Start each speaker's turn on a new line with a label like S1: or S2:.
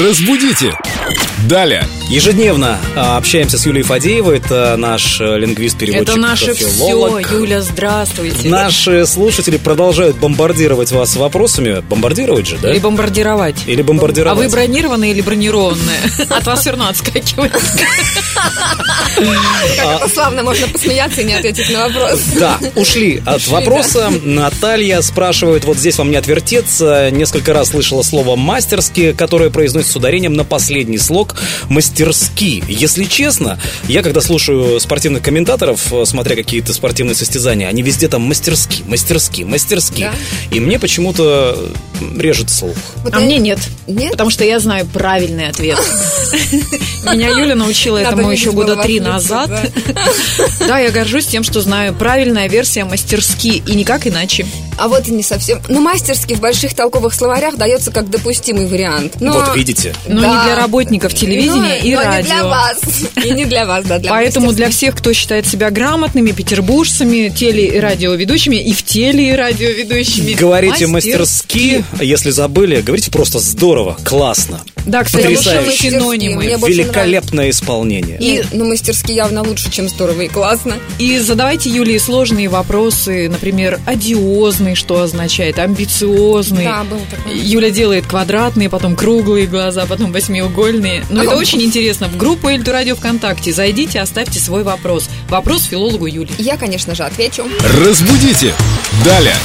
S1: Разбудите! Далее.
S2: Ежедневно а, общаемся с Юлией Фадеевой, это наш э, лингвист-переводчик.
S3: Это наше все.
S2: филолог.
S3: Юля, здравствуйте.
S2: Наши слушатели продолжают бомбардировать вас вопросами. Бомбардировать же, да?
S3: Или бомбардировать.
S2: Или
S3: А
S2: бомбардировать.
S3: вы бронированные или бронированные? От вас все равно отскакивает.
S4: Как это славно, можно посмеяться и не ответить на вопрос.
S2: Да, ушли от вопроса. Наталья спрашивает, вот здесь вам не отвертеться. Несколько раз слышала слово «мастерски», которое произносит с ударением на последний слог «мастерски». Если честно, я когда слушаю спортивных комментаторов, э, смотря какие-то спортивные состязания, они везде там «мастерски», «мастерски», «мастерски».
S4: Да.
S2: И мне почему-то режет слух.
S4: Вот
S3: А
S4: я-
S3: мне нет.
S4: Нет?
S3: Потому что я знаю правильный ответ. Меня Юля научила
S4: Надо
S3: этому еще
S4: видеть
S3: года
S4: было
S3: три
S4: ваше лицо,
S3: назад. Да, я горжусь тем, что знаю правильная версия мастерски и никак иначе.
S4: А вот и не совсем. Ну, мастерски в больших толковых словарях дается как допустимый вариант. Но...
S2: Вот видите.
S3: Но
S4: Да.
S3: не для работников телевидения
S4: Ну,
S3: и
S4: но не для
S3: радио.
S4: вас. И не для вас, да, для
S3: Поэтому
S4: мастерских.
S3: для всех, кто считает себя грамотными петербуржцами, теле- и радиоведущими, и в теле- и радиоведущими.
S2: Говорите мастерски, если забыли, говорите просто здорово, классно,
S3: Да, кстати,
S2: Потрясающе.
S3: лучшие синонимы.
S4: Мне больше
S2: великолепное исполнение.
S4: И, ну, мастерски явно лучше, чем здорово и классно.
S3: И задавайте Юлии сложные вопросы, например, одиозный, что означает, амбициозный.
S4: Да, было такое.
S3: Юля делает квадратные, потом круглые глаза, потом восьмиугольные. Но это очень интересно. В группу Эльду Радио ВКонтакте зайдите, оставьте свой вопрос. Вопрос филологу Юли.
S4: Я, конечно же, отвечу.
S1: Разбудите! Далее.